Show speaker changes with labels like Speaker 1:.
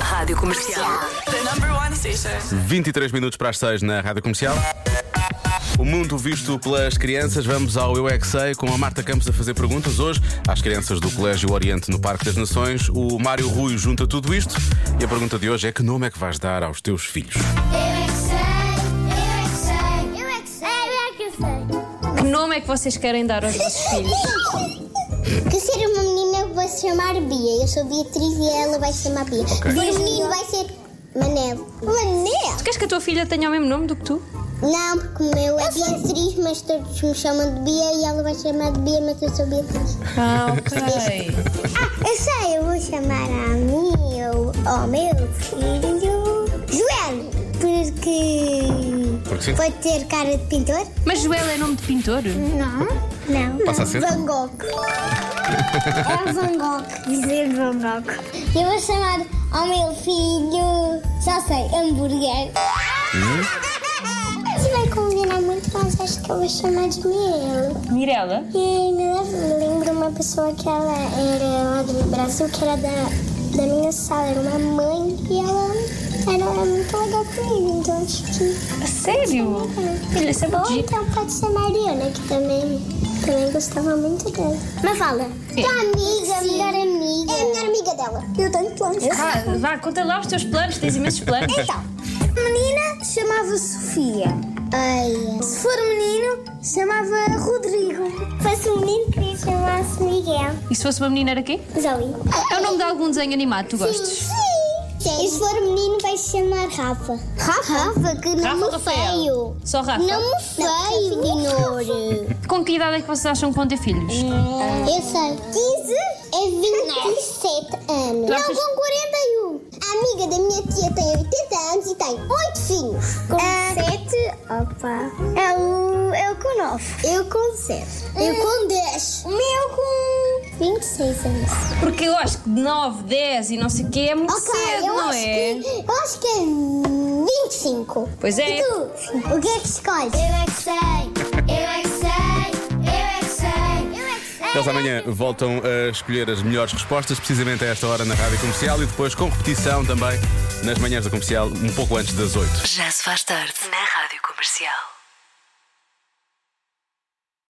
Speaker 1: Rádio Comercial.
Speaker 2: The number one station.
Speaker 3: 23 minutos para as 6 na Rádio Comercial. O mundo visto pelas crianças, vamos ao Eu é Que Sei, com a Marta Campos a fazer perguntas hoje às crianças do Colégio Oriente no Parque das Nações. O Mário Rui junta tudo isto e a pergunta de hoje é: que nome é que vais dar aos teus filhos?
Speaker 4: Que nome é que vocês querem dar aos vossos filhos?
Speaker 5: Que ser uma menina eu vou se chamar Bia. Eu sou Beatriz e ela vai se chamar Bia. E o menino vai ser Manel. Manel?
Speaker 4: Queres que a tua filha tenha o mesmo nome do que tu?
Speaker 5: Não, porque o meu é Beatriz, mas todos me chamam de Bia e ela vai chamar de Bia, mas eu sou Beatriz.
Speaker 4: Ah, ok.
Speaker 5: Ah, eu sei, eu vou chamar a mim, eu, ao meu filho Joel. Porque
Speaker 3: Porque sim?
Speaker 5: pode ter cara de pintor?
Speaker 4: Mas Joel é nome de pintor?
Speaker 5: Não. Não.
Speaker 3: Passa a ser?
Speaker 5: Van Gogh. É Van Gogh. Dizer Van Gogh. Eu vou chamar ao meu filho, já sei, hambúrguer. Se vai combinar muito, mas acho que eu vou chamar de Mirella.
Speaker 4: Mirela?
Speaker 5: E me lembro uma pessoa que ela era lá do Brasil, que era da, da minha sala, era uma mãe, e ela era muito legal comigo, então acho que...
Speaker 4: Sério? Filha, isso é
Speaker 5: Ou
Speaker 4: bonito.
Speaker 5: então pode ser Mariana, que também, também gostava muito dela. Mas fala. Tua amiga, melhor amiga. É a melhor amiga dela. Eu tenho planos.
Speaker 4: Vá, vá, conta lá os teus planos, tens imensos planos.
Speaker 5: Então, menina chamava Sofia. Se for um menino, chamava Rodrigo. Se fosse um menino, queria chamar-se Miguel.
Speaker 4: E se fosse uma menina era quê?
Speaker 5: Zoe.
Speaker 4: É o nome de algum desenho animado que tu gostes?
Speaker 5: Sim. E se for um menino, vai se chamar Rafa. Rafa? Rafa, que
Speaker 4: Rafa ou Rafael? Só Rafa.
Speaker 5: Nome feio, Dinoro.
Speaker 4: Com que idade é que vocês acham que vão ter filhos?
Speaker 5: Hum. Eu sei. 15 é 27 anos.
Speaker 4: Não,
Speaker 5: Não,
Speaker 4: pois-
Speaker 5: com 41. A amiga da minha tia tem 80 anos e tem 8 filhos. Ah, Com 7, opa. É Eu, eu com 9. Eu com 7. Eu com 10. O meu com 26 anos.
Speaker 4: Porque eu acho que 9, 10 e não sei o quê é muito
Speaker 5: Ok,
Speaker 4: cedo,
Speaker 5: eu
Speaker 4: não
Speaker 5: acho
Speaker 4: é?
Speaker 5: Que, eu acho que é 25.
Speaker 4: Pois é.
Speaker 5: E tu? O que é que escolhes? Eu é que sei. Eu é que sei. Eu é que sei. Eu é que sei.
Speaker 3: Eles amanhã voltam a escolher as melhores respostas, precisamente a esta hora na rádio comercial e depois com repetição também nas manhãs da comercial, um pouco antes das 8.
Speaker 1: Já se faz tarde na Rádio Comercial.